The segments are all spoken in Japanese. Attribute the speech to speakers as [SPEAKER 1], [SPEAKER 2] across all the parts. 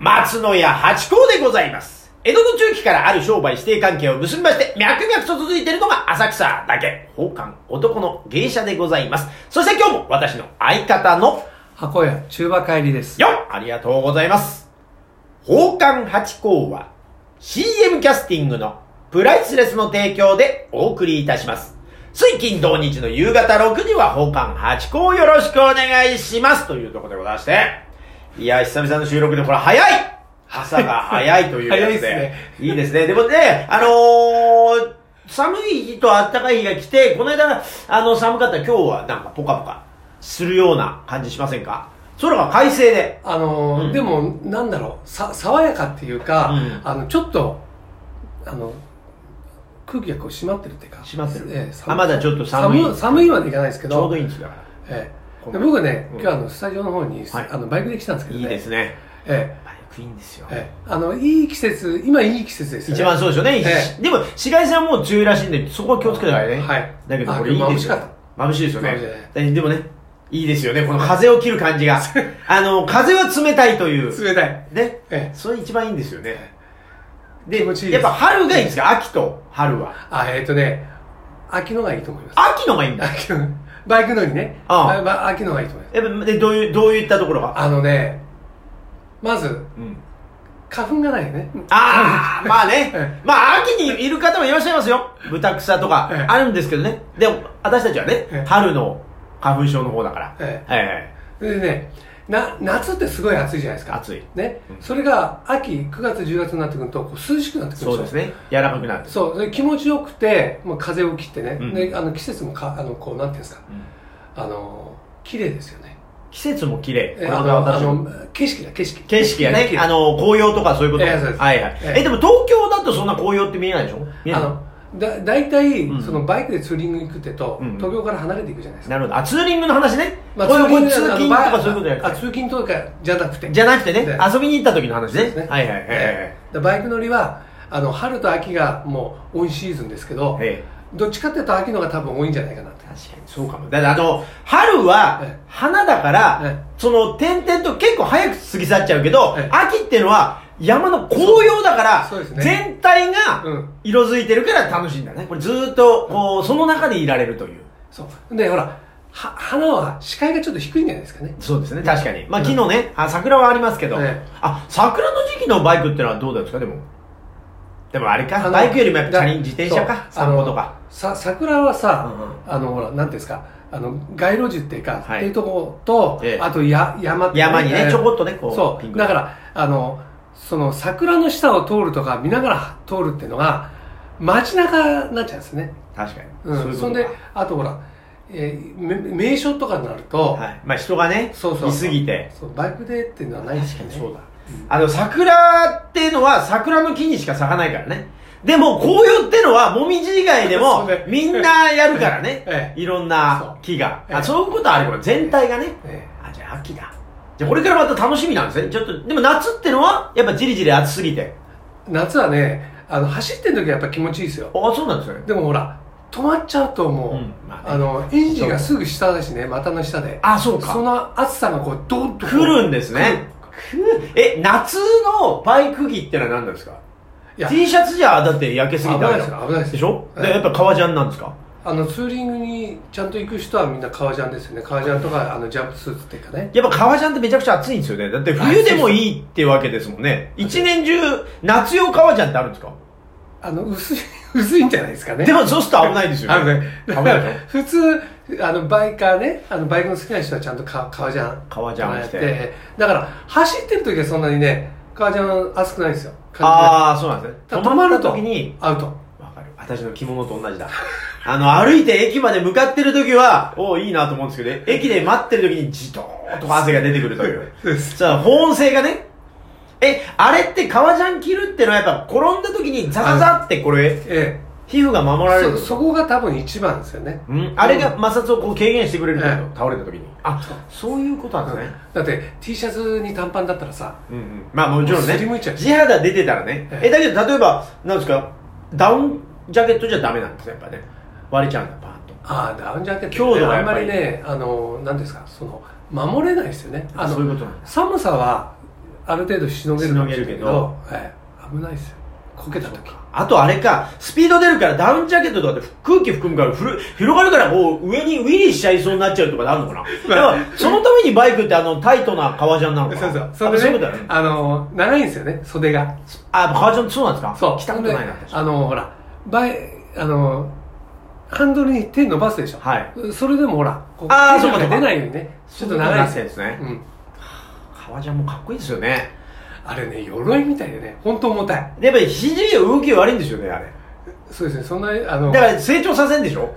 [SPEAKER 1] 松野屋八甲でございます。江戸の中期からある商売指定関係を結びまして、脈々と続いているのが浅草だけ、宝冠男の芸者でございます。そして今日も私の相方の
[SPEAKER 2] 箱屋中馬帰りです。
[SPEAKER 1] よありがとうございます。宝冠八甲は CM キャスティングのプライスレスの提供でお送りいたします。水金土日の夕方6時は宝冠八甲をよろしくお願いしますというところでございまして。いや、久々の収録でこれ早い朝が 早いというやつ
[SPEAKER 2] 早い
[SPEAKER 1] で。
[SPEAKER 2] っすね
[SPEAKER 1] いいですね。でもね、あのー、寒い日と暖かい日が来て、この間、あの、寒かった今日はなんかポカポカするような感じしませんか空が快晴で。
[SPEAKER 2] あのー
[SPEAKER 1] うん
[SPEAKER 2] でも、なんだろう、さ、爽やかっていうか、
[SPEAKER 1] うん
[SPEAKER 2] あの、ちょっと、あの、空気がこう締まってるっていうか。
[SPEAKER 1] 閉まってる
[SPEAKER 2] ええ
[SPEAKER 1] あまだちょっと寒い
[SPEAKER 2] 寒寒いまでいかないですけ
[SPEAKER 1] ち
[SPEAKER 2] ど。
[SPEAKER 1] ょうどいいんですよだか
[SPEAKER 2] ええ
[SPEAKER 1] こ
[SPEAKER 2] で
[SPEAKER 1] の
[SPEAKER 2] 僕ね、
[SPEAKER 1] うん
[SPEAKER 2] 今日あの、スタジオの方に、
[SPEAKER 1] はい
[SPEAKER 2] あの、バイクで来たんですけ
[SPEAKER 1] ら。い
[SPEAKER 2] どね。
[SPEAKER 1] いですね。
[SPEAKER 2] え
[SPEAKER 1] バイクいいんですよ
[SPEAKER 2] え。ええあの、いい季節、今いい季節ですよね。
[SPEAKER 1] 一番そうでしょうね。
[SPEAKER 2] ええ
[SPEAKER 1] でも、紫外線はもう強いらしいんで、そこは気をつけてくださいね。
[SPEAKER 2] はい
[SPEAKER 1] だけど、
[SPEAKER 2] あ
[SPEAKER 1] これいい
[SPEAKER 2] 眩
[SPEAKER 1] で
[SPEAKER 2] し
[SPEAKER 1] す
[SPEAKER 2] か
[SPEAKER 1] よ
[SPEAKER 2] っ。
[SPEAKER 1] 眩しいですよ
[SPEAKER 2] 眩しい
[SPEAKER 1] ね
[SPEAKER 2] ね。
[SPEAKER 1] でもね、いいですよね。この風を切る感じ が。あの、風は冷たいという。
[SPEAKER 2] 冷たい。
[SPEAKER 1] ね。
[SPEAKER 2] ええ
[SPEAKER 1] それ一番いいんですよね。で、
[SPEAKER 2] 気持ちいい
[SPEAKER 1] や
[SPEAKER 2] で
[SPEAKER 1] っ
[SPEAKER 2] す
[SPEAKER 1] ぱ春がいいんですか秋と春は。
[SPEAKER 2] あ、えっ、とね、秋のがいいと思います。
[SPEAKER 1] 秋のがいいんだ。
[SPEAKER 2] 秋の、バイク乗りね。
[SPEAKER 1] ああ
[SPEAKER 2] ばば秋のがいいと思います。
[SPEAKER 1] やっぱ、で、どういう、どういったところが
[SPEAKER 2] あのね、まず、
[SPEAKER 1] うん。
[SPEAKER 2] 花粉がないよね。
[SPEAKER 1] ああ、まあね
[SPEAKER 2] え。
[SPEAKER 1] まあ、秋にいる方もいらっしゃいますよ。豚草とか
[SPEAKER 2] ええ
[SPEAKER 1] あるんですけどね。でも、私たちはね
[SPEAKER 2] え、え
[SPEAKER 1] 春の花粉症の方だから。
[SPEAKER 2] え
[SPEAKER 1] え
[SPEAKER 2] それでね、な、夏ってすごい暑いじゃないですか。
[SPEAKER 1] 暑い
[SPEAKER 2] ね
[SPEAKER 1] う。ん
[SPEAKER 2] それが秋、9月、10月になってくると、こう涼しくなって
[SPEAKER 1] え
[SPEAKER 2] くるでしょ
[SPEAKER 1] そうです。ね。柔らかくなる。
[SPEAKER 2] そう。で気持ちよくて、もう風を切ってね。
[SPEAKER 1] うん
[SPEAKER 2] で、あの、季節もか、あの、こう、なんていうんですか。
[SPEAKER 1] うん
[SPEAKER 2] あの、綺麗ですよね。
[SPEAKER 1] 季節も綺麗。こ
[SPEAKER 2] え
[SPEAKER 1] れ
[SPEAKER 2] あ
[SPEAKER 1] ま
[SPEAKER 2] の、
[SPEAKER 1] た
[SPEAKER 2] あ
[SPEAKER 1] 私も
[SPEAKER 2] の景色だ、景色。
[SPEAKER 1] 景色やね
[SPEAKER 2] 景、色
[SPEAKER 1] あの、紅葉とかそういうこと。
[SPEAKER 2] ええそうです
[SPEAKER 1] はいはい。
[SPEAKER 2] ええ
[SPEAKER 1] え、でも東京だとそんな紅葉って見えないでしょ見え
[SPEAKER 2] あ
[SPEAKER 1] ない
[SPEAKER 2] の、だ、大体
[SPEAKER 1] うん、
[SPEAKER 2] その、バイクでツーリング行くってと、
[SPEAKER 1] うん
[SPEAKER 2] 東京から離れていくじゃないですか。
[SPEAKER 1] なるほど。あ、ツーリングの話ね。
[SPEAKER 2] まあ
[SPEAKER 1] こういうこういう
[SPEAKER 2] じ
[SPEAKER 1] 通
[SPEAKER 2] ゃな
[SPEAKER 1] 勤とかそういうことじゃな
[SPEAKER 2] あ
[SPEAKER 1] く
[SPEAKER 2] 通
[SPEAKER 1] て。
[SPEAKER 2] 勤とかじゃなくて。
[SPEAKER 1] じゃなくてね
[SPEAKER 2] ね、
[SPEAKER 1] 遊びに行った時の話ね。
[SPEAKER 2] ですね
[SPEAKER 1] はいはいはいはい
[SPEAKER 2] ええバイク乗りはあの春と秋がもうオンシーズンですけど、
[SPEAKER 1] はい。ええ
[SPEAKER 2] どっちかっていうと秋のが多分多いんじゃないかなって
[SPEAKER 1] 確かにそうかも。だってあの、春は
[SPEAKER 2] ええ
[SPEAKER 1] 花だから、
[SPEAKER 2] ええ
[SPEAKER 1] その点々と結構早く過ぎ去っちゃうけど、
[SPEAKER 2] ええ
[SPEAKER 1] 秋っていうのは山の紅葉だから、
[SPEAKER 2] そうそうですね
[SPEAKER 1] 全体が
[SPEAKER 2] うん
[SPEAKER 1] 色づいてるから楽しいんだね。これずーっとこう、その中でいられるという。
[SPEAKER 2] そうでほらは花は視界がちょっと低いんじゃないですかね
[SPEAKER 1] そうですね、確かに。まあ、昨日ね、あ桜はありますけど、
[SPEAKER 2] ええ
[SPEAKER 1] あ、桜の時期のバイクってのはどうですか、でも。でもあれか、バイクよりもやっぱチャリン自転車か、
[SPEAKER 2] そう
[SPEAKER 1] 散歩とか。
[SPEAKER 2] あのさ桜はさ、
[SPEAKER 1] うんうん
[SPEAKER 2] あのほらなんていうんですかあの街路樹っていうか、
[SPEAKER 1] はい
[SPEAKER 2] っていうとこと、
[SPEAKER 1] ええ
[SPEAKER 2] あとや山って
[SPEAKER 1] 山にね、ちょこっとね、こう、
[SPEAKER 2] そ
[SPEAKER 1] ピン
[SPEAKER 2] う
[SPEAKER 1] クの
[SPEAKER 2] だからあのその桜の下を通るとか見ながら通るっていうのが街中になっちゃうんですね
[SPEAKER 1] 確かに。
[SPEAKER 2] うん、
[SPEAKER 1] ういうこ
[SPEAKER 2] そん
[SPEAKER 1] と
[SPEAKER 2] で
[SPEAKER 1] か
[SPEAKER 2] あとほら、えーめ名所とかになると、
[SPEAKER 1] はい。まあ、人がね、
[SPEAKER 2] そうそう
[SPEAKER 1] いすぎて。
[SPEAKER 2] そうバイクでっていうのはないです
[SPEAKER 1] 確
[SPEAKER 2] よ
[SPEAKER 1] かに
[SPEAKER 2] ね
[SPEAKER 1] そうだ。あの、桜っていうのは桜の木にしか咲かないからね。でも、紅葉ってのは、もみじ以外でも
[SPEAKER 2] そうね、
[SPEAKER 1] みんなやるから ね。
[SPEAKER 2] ええ
[SPEAKER 1] いろんな木が。
[SPEAKER 2] そう
[SPEAKER 1] あ、
[SPEAKER 2] ええ
[SPEAKER 1] そういうことはあるから、全体がね。
[SPEAKER 2] え
[SPEAKER 1] あ、じゃあ秋だ。じゃあこれからまた楽しみなんですね。ちょっと、でも夏ってのは、やっぱじりじり暑すぎて。
[SPEAKER 2] え夏はねあの走ってる時はやっぱ気持ちいいですよ
[SPEAKER 1] あ、そうなんですよね。
[SPEAKER 2] でもほら止まっちゃうともう、
[SPEAKER 1] うんまあね
[SPEAKER 2] あのエンジンがすぐ下だしね股の下で
[SPEAKER 1] あ、そう
[SPEAKER 2] そ
[SPEAKER 1] か。
[SPEAKER 2] の暑さがこうドンとこう
[SPEAKER 1] 来るんですね。え、夏のバイク着ってのは何なんですか
[SPEAKER 2] いや
[SPEAKER 1] ?T シャツじゃ、だって焼けす
[SPEAKER 2] 危
[SPEAKER 1] ぎて
[SPEAKER 2] ない
[SPEAKER 1] あれだ
[SPEAKER 2] です
[SPEAKER 1] か
[SPEAKER 2] よ危ない
[SPEAKER 1] ら
[SPEAKER 2] です
[SPEAKER 1] で
[SPEAKER 2] よ
[SPEAKER 1] しょ
[SPEAKER 2] え
[SPEAKER 1] で
[SPEAKER 2] え
[SPEAKER 1] やっぱ革ジャンなんですか
[SPEAKER 2] あのツーリングにちゃんと行く人はみんな革ジャンですよね革ジャンとかあのジャンプスーツっていうかね
[SPEAKER 1] やっぱ革ジャンってめちゃくちゃ暑いんですよね。だって冬でもいいってわけですもんね。一年中、夏用革ジャンってあるんですか
[SPEAKER 2] あの薄い 薄いんじゃないですかね
[SPEAKER 1] でもそうすると危ないですよね。危
[SPEAKER 2] 危ない。だか
[SPEAKER 1] ない
[SPEAKER 2] ら
[SPEAKER 1] でしょ
[SPEAKER 2] 普通、あの、バイカーね、あの、バイクの好きな人はちゃんとか革ジャン。
[SPEAKER 1] 革ジャンを着て
[SPEAKER 2] やって。だから、走ってる時はそんなにね、革ジャン熱くないんですよ。あ。
[SPEAKER 1] ああ、そうなんですね。
[SPEAKER 2] ただ止まると、
[SPEAKER 1] 時に、
[SPEAKER 2] アウト。
[SPEAKER 1] わかる。私の着物と同じだ。あの、歩いて駅まで向かってる時は、おーいいなと思うんですけど、駅で待ってる時にじとーっと汗が出てくるという。
[SPEAKER 2] そうです
[SPEAKER 1] じゃあ、保温性がね。え、あれって革ジャン着るってのはやっぱ転んだ時にザザザってこれ、
[SPEAKER 2] え
[SPEAKER 1] 皮膚が守ら
[SPEAKER 2] え
[SPEAKER 1] れる
[SPEAKER 2] そ。そこが多分一番ですよね。
[SPEAKER 1] うん、あれが摩擦をこう軽減してくれるってこと、
[SPEAKER 2] え
[SPEAKER 1] 倒れた時に。あ、そういうことなんですね。
[SPEAKER 2] だって、T シャツに短パンだったらさ、
[SPEAKER 1] うんうん。まあもちろんね
[SPEAKER 2] もうすりむいちゃ、う
[SPEAKER 1] 地肌出てたらね。
[SPEAKER 2] え
[SPEAKER 1] え、だけど例えば、なんですか、ダウンジャケットじゃダメなんですよ、やっぱね。割れちゃうんだ、パーンと。
[SPEAKER 2] ああ、ダウンジャケット、
[SPEAKER 1] 強度が
[SPEAKER 2] あ
[SPEAKER 1] や
[SPEAKER 2] ん
[SPEAKER 1] っぱ
[SPEAKER 2] ま
[SPEAKER 1] り
[SPEAKER 2] りね、あの、なんですか、その、守れないですよね。あの、
[SPEAKER 1] そういうことなんです
[SPEAKER 2] 寒さはある程度しのげるかもしれない
[SPEAKER 1] しのげるけど
[SPEAKER 2] はい、危ないですよこけた時
[SPEAKER 1] あとあれか、スピード出るからダウンジャケットとかって空気含むからふる広がるからもう上にウィリーしちゃいそうになっちゃうとかあるのかなだからそのためにバイクってあのタイトな革ジャンなのかな
[SPEAKER 2] そうそう
[SPEAKER 1] あ
[SPEAKER 2] そ
[SPEAKER 1] そうい
[SPEAKER 2] れ
[SPEAKER 1] うこと
[SPEAKER 2] でね
[SPEAKER 1] だよね。
[SPEAKER 2] あの長いんですよね袖が
[SPEAKER 1] あ、革ジャンそうなんですか
[SPEAKER 2] そう
[SPEAKER 1] 着たことないな。
[SPEAKER 2] であのほらバイあのハンドルに手伸ばすでしょ
[SPEAKER 1] はい。
[SPEAKER 2] それでもほらこ
[SPEAKER 1] あー
[SPEAKER 2] 手
[SPEAKER 1] そうかそ
[SPEAKER 2] が
[SPEAKER 1] うか
[SPEAKER 2] 出ないようにねちょっと長いんですよ、
[SPEAKER 1] ですね
[SPEAKER 2] う。ん、
[SPEAKER 1] 革ジャンもかっこいいですよね。
[SPEAKER 2] あれね鎧みたいでね本当重たい
[SPEAKER 1] でやっぱり肘動き悪いんですよね、あれ。
[SPEAKER 2] そうですねそんなあの
[SPEAKER 1] だから成長させんでし ょ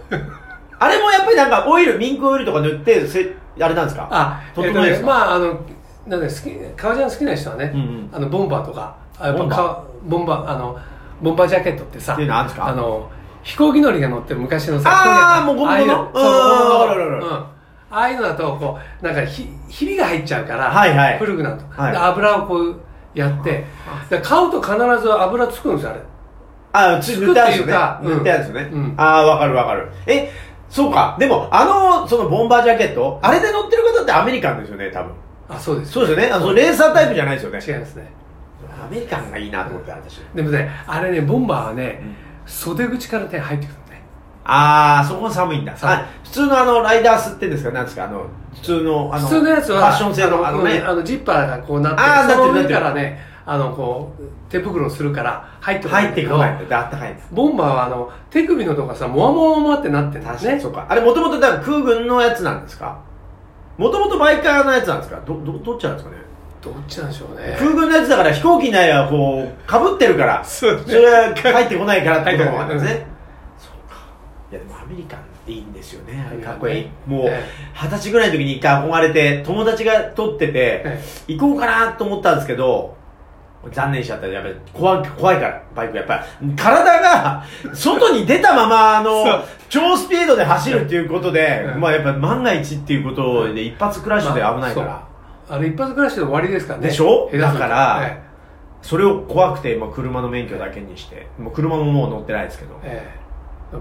[SPEAKER 1] あれもやっぱりなんかオイル、ミンクオイルとか塗って、せあれなんですか
[SPEAKER 2] あ、えっ
[SPEAKER 1] 整え
[SPEAKER 2] と
[SPEAKER 1] で
[SPEAKER 2] ね
[SPEAKER 1] す、か
[SPEAKER 2] まあ、あの、なんで、好き、革ジャン好きな人はね、
[SPEAKER 1] うんうん
[SPEAKER 2] あの、ボンバーとか、あやっ
[SPEAKER 1] ボ
[SPEAKER 2] ぱ
[SPEAKER 1] ンバー
[SPEAKER 2] か、ボンバー、あの、ボンバージャケットってさ、
[SPEAKER 1] っていうのあるんですか
[SPEAKER 2] あの、飛行機乗りが乗ってる昔のさ、
[SPEAKER 1] あー
[SPEAKER 2] 飛
[SPEAKER 1] も
[SPEAKER 2] 行機
[SPEAKER 1] うゴムの
[SPEAKER 2] ああいう
[SPEAKER 1] うんうんうん
[SPEAKER 2] のそううんああいうのだと、こう、なんかひ、ひびが入っちゃうから、
[SPEAKER 1] はいはい
[SPEAKER 2] 古くなると。
[SPEAKER 1] はい
[SPEAKER 2] で油をこう、やって、で買うと必ず油つくんですよ、あれ。
[SPEAKER 1] あ、つ塗ってあるんですよね。
[SPEAKER 2] つくっていうか
[SPEAKER 1] 塗ってあるんですよね。
[SPEAKER 2] うん
[SPEAKER 1] ああ、わかるわかる。え、そうか。でも、あの、そのボンバージャケット、あれで乗ってる方ってアメリカンですよね、多分。
[SPEAKER 2] あ、そうです。
[SPEAKER 1] そうですよね。あの、レーサータイプじゃないですよね。
[SPEAKER 2] 違いますね。
[SPEAKER 1] アメリカンがいいなと思って、私。
[SPEAKER 2] でもね、あれね、ボンバーはね、袖口から手入ってくるのね。
[SPEAKER 1] ああ、そこ寒いんだ。
[SPEAKER 2] 寒い
[SPEAKER 1] あ普通のあの、ライダースってんですか、なんですか、あの、普通の、あの、
[SPEAKER 2] 普通のやつは
[SPEAKER 1] ファッション性の、あのね
[SPEAKER 2] うん、あのジッパーがこうな
[SPEAKER 1] あー
[SPEAKER 2] ってるその
[SPEAKER 1] なっ
[SPEAKER 2] 上
[SPEAKER 1] てる
[SPEAKER 2] か
[SPEAKER 1] なっ
[SPEAKER 2] ら
[SPEAKER 1] て
[SPEAKER 2] ねあのこう手袋をするから入ってこない
[SPEAKER 1] 入
[SPEAKER 2] ん
[SPEAKER 1] っ
[SPEAKER 2] だ
[SPEAKER 1] て
[SPEAKER 2] け
[SPEAKER 1] こ
[SPEAKER 2] ど
[SPEAKER 1] ないんだ。あったかいんです。
[SPEAKER 2] ボンバーはあの手首のとこがさモワモワモワってなってるんだ
[SPEAKER 1] 確か
[SPEAKER 2] ね
[SPEAKER 1] に。そうか。あれ、もともと、だから空軍のやつなんですかもともとバイカーのやつなんですかど、ど、どっちなんですかね
[SPEAKER 2] どっちなんでしょうね
[SPEAKER 1] 空軍のやつだから飛行機内はこう、かぶってるから、そ
[SPEAKER 2] そうね
[SPEAKER 1] れは入ってこないからってこともあるんです
[SPEAKER 2] 入
[SPEAKER 1] ね。そうか。いやでもアメリカンっていいんですよね。あれかっこいい。もう、
[SPEAKER 2] え
[SPEAKER 1] 二十歳ぐらいの時に一回憧れて、友達が撮ってて
[SPEAKER 2] え、
[SPEAKER 1] 行こうかなと思ったんですけど、残念しちゃった。やっぱり怖い、怖いから、バイクやっぱり。体が、外に出たまま、あ
[SPEAKER 2] そ
[SPEAKER 1] の
[SPEAKER 2] う、
[SPEAKER 1] 超スピードで走るっていうことで
[SPEAKER 2] う、ん
[SPEAKER 1] まあやっぱ万が一っていうことで、一発クラッシュで危ないか
[SPEAKER 2] まあ
[SPEAKER 1] ら。
[SPEAKER 2] そうあれ一発クラッシュで終わりですからね
[SPEAKER 1] でしょ
[SPEAKER 2] 下手すると
[SPEAKER 1] だから
[SPEAKER 2] え
[SPEAKER 1] それを怖くて、まあ、車の免許だけにして、もう車ももう乗ってないですけど、
[SPEAKER 2] えええ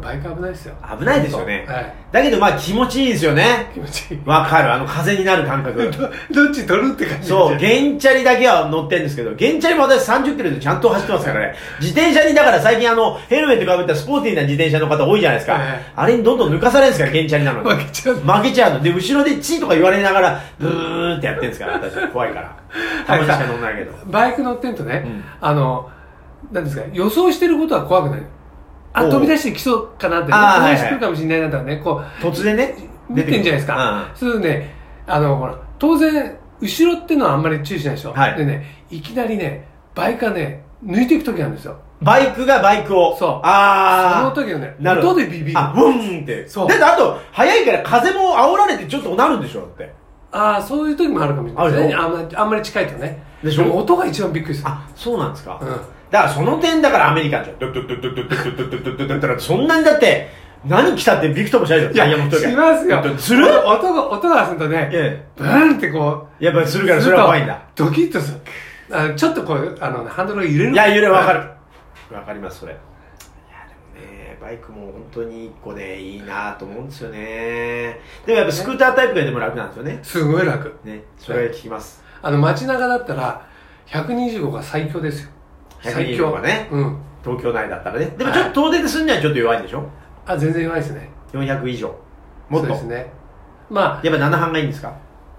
[SPEAKER 2] バイク危ないですよ
[SPEAKER 1] 危ないですよね
[SPEAKER 2] え
[SPEAKER 1] だけどまあ気持ちいいですよね
[SPEAKER 2] え。気持ちいい
[SPEAKER 1] わかる、あの風になる感 覚。
[SPEAKER 2] どっち取るって感じ
[SPEAKER 1] そう、
[SPEAKER 2] ゲ
[SPEAKER 1] ゲンチャリだけは乗ってるんですけど、ゲンチャリも私30キロでちゃんと走ってますからね。自転車に、だから最近あの、ヘルメットかぶったスポーティーな自転車の方多いじゃないですか
[SPEAKER 2] ええ。
[SPEAKER 1] あれにどんどん抜かされるんですから、ゲンチャリなのに。
[SPEAKER 2] 負けちゃう
[SPEAKER 1] 負けちゃうの。で、後ろでチーとか言われながら、ブーンってやってるんですから、私は怖いから。たまにしか乗んないけど。
[SPEAKER 2] バイク乗ってんとね、
[SPEAKER 1] うん
[SPEAKER 2] あのなんですか予想してることは怖くないあ
[SPEAKER 1] おう
[SPEAKER 2] 飛び出してきそうかなって、ね、
[SPEAKER 1] あー
[SPEAKER 2] 飛
[SPEAKER 1] はいはい
[SPEAKER 2] び出してくるかもしれないなとかねこう
[SPEAKER 1] 突然ね、
[SPEAKER 2] 見てんじゃないです
[SPEAKER 1] うん
[SPEAKER 2] か。それでね、あの、ほら、当然、後ろっていうのはあんまり注意しないでしょ。
[SPEAKER 1] はい
[SPEAKER 2] でね、いきなりね、バイクがね、抜いていく時なんですよ。
[SPEAKER 1] バイクがバイクを。
[SPEAKER 2] そう
[SPEAKER 1] あ
[SPEAKER 2] そ
[SPEAKER 1] あ。
[SPEAKER 2] の時はね、
[SPEAKER 1] なるほど
[SPEAKER 2] 音でビビる。
[SPEAKER 1] あ、ブーンって。
[SPEAKER 2] そう
[SPEAKER 1] だってあと、早いから風も煽られてちょっとなるんでしょだって。
[SPEAKER 2] ああ、そういう時もあるかもしれない
[SPEAKER 1] あるでしょ
[SPEAKER 2] あんまりあんまり近いとね。
[SPEAKER 1] でしょ
[SPEAKER 2] も音が一番びっくりする。
[SPEAKER 1] あ、そうなんですか。
[SPEAKER 2] うん
[SPEAKER 1] だからその点だからアメリカンじゃん。ドドドドドドドドドドドドドそんなにだって、何来たってびくともしないじゃん。ダイヤモンド
[SPEAKER 2] し
[SPEAKER 1] 時
[SPEAKER 2] ますよ。
[SPEAKER 1] する
[SPEAKER 2] 音が、音がするとね、
[SPEAKER 1] え
[SPEAKER 2] ブーンってこう。
[SPEAKER 1] えやっぱりするからそれは怖いんだ。
[SPEAKER 2] ドキッとする。あのちょっとこう、あの、ハンドルが揺れる。
[SPEAKER 1] いや、揺れわかる。わかります、それ。いや、でもね、バイクも本当に一個ね、いいなと思うんですよね。でもやっぱスクータータイプがでも楽なんですよね。
[SPEAKER 2] すごい楽。
[SPEAKER 1] ね、それは聞きます。
[SPEAKER 2] あの、街中だったら、125が最強ですよ。最強
[SPEAKER 1] 125がね
[SPEAKER 2] うん。
[SPEAKER 1] 東京内だったらね。でもちょっと遠出でするにはちょっと弱いんでしょ
[SPEAKER 2] あ、全然弱いですね。
[SPEAKER 1] 400以上。もっと。
[SPEAKER 2] そうですね。ま
[SPEAKER 1] やっぱ7班がいいんですか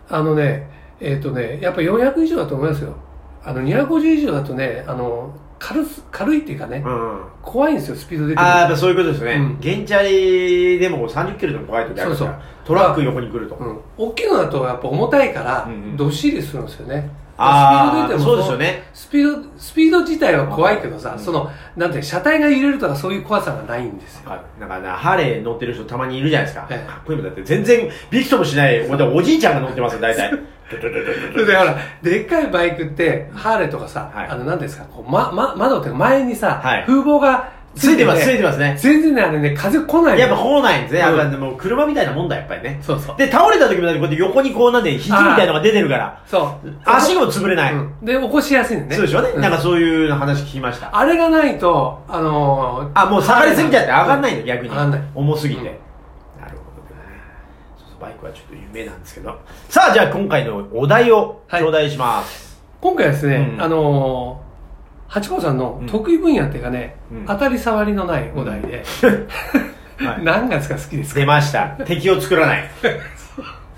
[SPEAKER 2] あ、あのね、えっ、とね、やっぱ400以上だと思いますよ。あの、250以上だとね、あの、軽す軽いっていうかね、
[SPEAKER 1] うん。あ
[SPEAKER 2] 怖いんですよ、スピード出てくる。
[SPEAKER 1] あー、やっぱそういうことですね。
[SPEAKER 2] うん
[SPEAKER 1] ゲンチャリでも30キロでも怖い時あるから、
[SPEAKER 2] そうそう
[SPEAKER 1] トラック横に来ると。
[SPEAKER 2] うん。大きいのだとやっぱ重たいから
[SPEAKER 1] うんうん、
[SPEAKER 2] どっしりするんですよね。
[SPEAKER 1] あ
[SPEAKER 2] スピード出
[SPEAKER 1] あ、
[SPEAKER 2] ても
[SPEAKER 1] そうですよね。
[SPEAKER 2] スピード、スピード自体は怖いけどさ、
[SPEAKER 1] うん
[SPEAKER 2] その、なんて、車体が揺れるとかそういう怖さがないんですよ。
[SPEAKER 1] なんかな、ハーレー乗ってる人たまにいるじゃないですか。
[SPEAKER 2] ええ
[SPEAKER 1] かっこいいもんだって、全然びくともし ない、ほんでおじいちゃんが乗ってますよ、大体。ドドドドドド
[SPEAKER 2] それでほら、でっかいバイクって、ハーレーとかさ、
[SPEAKER 1] はい
[SPEAKER 2] あの、なんですか、こう、ま、ま、窓っていうか前にさ、
[SPEAKER 1] はい
[SPEAKER 2] 風防が
[SPEAKER 1] ついてます、つい
[SPEAKER 2] て
[SPEAKER 1] てますね。
[SPEAKER 2] 全然ね、あれね、風来ないの
[SPEAKER 1] やっぱこうないんですね。
[SPEAKER 2] うん
[SPEAKER 1] やっぱもう車みたいなもんだ、やっぱりね。
[SPEAKER 2] そうそう。
[SPEAKER 1] で、倒れた時もだってこうやって横にこうなんで、肘みたいのが出てるから、
[SPEAKER 2] そう。
[SPEAKER 1] 足も潰れない。
[SPEAKER 2] うんで、起こしやすいんね。
[SPEAKER 1] そうでしょうね、
[SPEAKER 2] ん
[SPEAKER 1] なんかそういう話聞きました。
[SPEAKER 2] あれがないと、あのー
[SPEAKER 1] あ、もう下がりすぎちゃって上がんないんだ、逆に。
[SPEAKER 2] 上がんない
[SPEAKER 1] 重すぎて。
[SPEAKER 2] うん
[SPEAKER 1] なるほどね。そうそうバイクはちょっと夢なんですけど。さあ、じゃあ今回のお題を頂戴します。
[SPEAKER 2] 今回はですね、
[SPEAKER 1] うん
[SPEAKER 2] あのー、八甲さんの得意分野っていうかね、
[SPEAKER 1] うん
[SPEAKER 2] 当たり障りのないお題で、
[SPEAKER 1] はい
[SPEAKER 2] 何月が好きですか
[SPEAKER 1] 出ました。敵を作ら ない。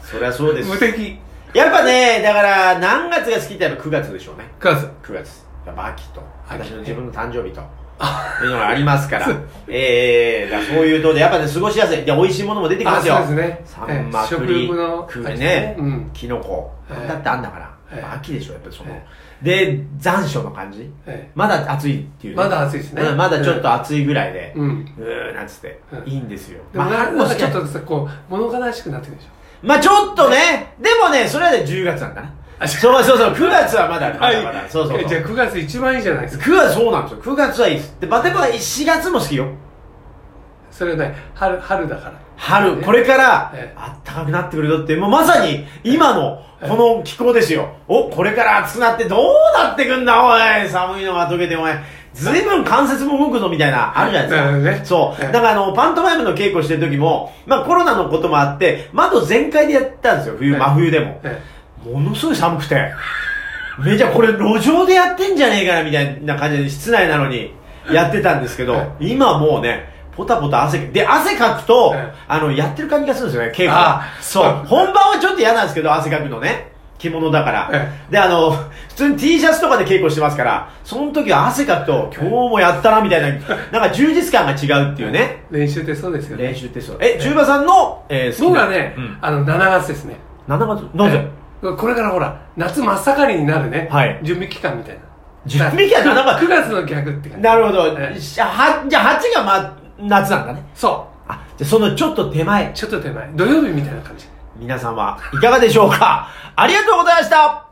[SPEAKER 1] そりゃそうです
[SPEAKER 2] 無。敵。
[SPEAKER 1] やっぱね、だから、何月が好きってやっぱ9月でしょうね。
[SPEAKER 2] 9月。
[SPEAKER 1] 9月。やっぱ秋と、
[SPEAKER 2] 秋
[SPEAKER 1] 私の自分の誕生日と、いうのがあります から。ええだからそういうとで、やっぱね、過ごしやすい。で、美味しいものも出てきますよ。
[SPEAKER 2] あそうですね。
[SPEAKER 1] サンマ、
[SPEAKER 2] ええ
[SPEAKER 1] 栗、
[SPEAKER 2] 味
[SPEAKER 1] 栗
[SPEAKER 2] ね
[SPEAKER 1] ね、
[SPEAKER 2] うん。
[SPEAKER 1] キノコ。
[SPEAKER 2] ええ
[SPEAKER 1] だってあんだから。
[SPEAKER 2] ええ
[SPEAKER 1] やっぱ秋でしょ、やっぱりその
[SPEAKER 2] え。
[SPEAKER 1] で、残暑の感じ。
[SPEAKER 2] え
[SPEAKER 1] まだ暑いってい
[SPEAKER 2] え
[SPEAKER 1] う、
[SPEAKER 2] まだ暑いですね。
[SPEAKER 1] うんまだちょっと暑いぐらいで、
[SPEAKER 2] うん。うん。
[SPEAKER 1] うーなんつって、
[SPEAKER 2] うん
[SPEAKER 1] いいんですよ。
[SPEAKER 2] でも
[SPEAKER 1] ま
[SPEAKER 2] な
[SPEAKER 1] あ、
[SPEAKER 2] なん
[SPEAKER 1] も
[SPEAKER 2] か
[SPEAKER 1] し
[SPEAKER 2] ち
[SPEAKER 1] ち
[SPEAKER 2] ょ
[SPEAKER 1] ょっ
[SPEAKER 2] っ
[SPEAKER 1] と、
[SPEAKER 2] とさこう、物悲しくなってくるでしょ。
[SPEAKER 1] まあちょっとね、でもね、それはね、10月なんだな。
[SPEAKER 2] あ
[SPEAKER 1] そうそうそう、9月はまだ、まだまだ、そうそう
[SPEAKER 2] え
[SPEAKER 1] そう
[SPEAKER 2] じゃあ。9月一番いいじゃないですか。
[SPEAKER 1] 9月そうなんですよ。9月はいいです。で、バテバは4月も好きよ。
[SPEAKER 2] それはね、春、春だから。
[SPEAKER 1] 春、これから
[SPEAKER 2] ええ、
[SPEAKER 1] あったかくなってくるよって、もうまさに今の
[SPEAKER 2] ええ
[SPEAKER 1] この気候ですよ。お、これから暑くなってどうなってくんだ、おい。寒いのが溶けて、お前。ずいぶん関節も動くぞみたいな、あるじゃないですか。
[SPEAKER 2] なるほどね
[SPEAKER 1] そう。
[SPEAKER 2] ええ
[SPEAKER 1] だからあの、パントマイムの稽古してる時も、まあコロナのこともあって、窓全開でやったんですよ。冬、
[SPEAKER 2] ええ
[SPEAKER 1] 真冬でも。
[SPEAKER 2] え
[SPEAKER 1] ものすごい寒くて。めちゃこれ路上でやってんじゃねえかなみたいな感じで室内なのにやってたんですけど、
[SPEAKER 2] は
[SPEAKER 1] 今もうね、ポタポタ汗かで、汗かくと、
[SPEAKER 2] はい
[SPEAKER 1] あの、やってる感じがするんですよね、稽古
[SPEAKER 2] あ
[SPEAKER 1] が。そう。本番はちょっと嫌なんですけど、汗かくのね。着物だから。
[SPEAKER 2] は
[SPEAKER 1] で、あの、普通に T シャツとかで稽古してますから、その時は汗かくと、今日もやったな、みたいな、なんか充実感が違うっていうね。
[SPEAKER 2] え練習ってそうですよね。
[SPEAKER 1] 練習ってそう。え、中馬さんの、えー、好きな
[SPEAKER 2] 僕はね、
[SPEAKER 1] うん
[SPEAKER 2] あの、7月ですね。
[SPEAKER 1] 7月、なぜ
[SPEAKER 2] えこれからほら、夏真っ盛りになるね。
[SPEAKER 1] はい
[SPEAKER 2] 準備期間みたいな。
[SPEAKER 1] 準備期間
[SPEAKER 2] だから
[SPEAKER 1] 7
[SPEAKER 2] 9月の逆って感じ。
[SPEAKER 1] なるほど。
[SPEAKER 2] ええ
[SPEAKER 1] じゃあ、はじゃあ8がま、夏なんだね。
[SPEAKER 2] そ
[SPEAKER 1] あ、じゃあそのちょっと手前
[SPEAKER 2] う。、ちょっと手前。土曜日みたいな感じ。
[SPEAKER 1] 皆さんはいかがでしょうかありがとうございました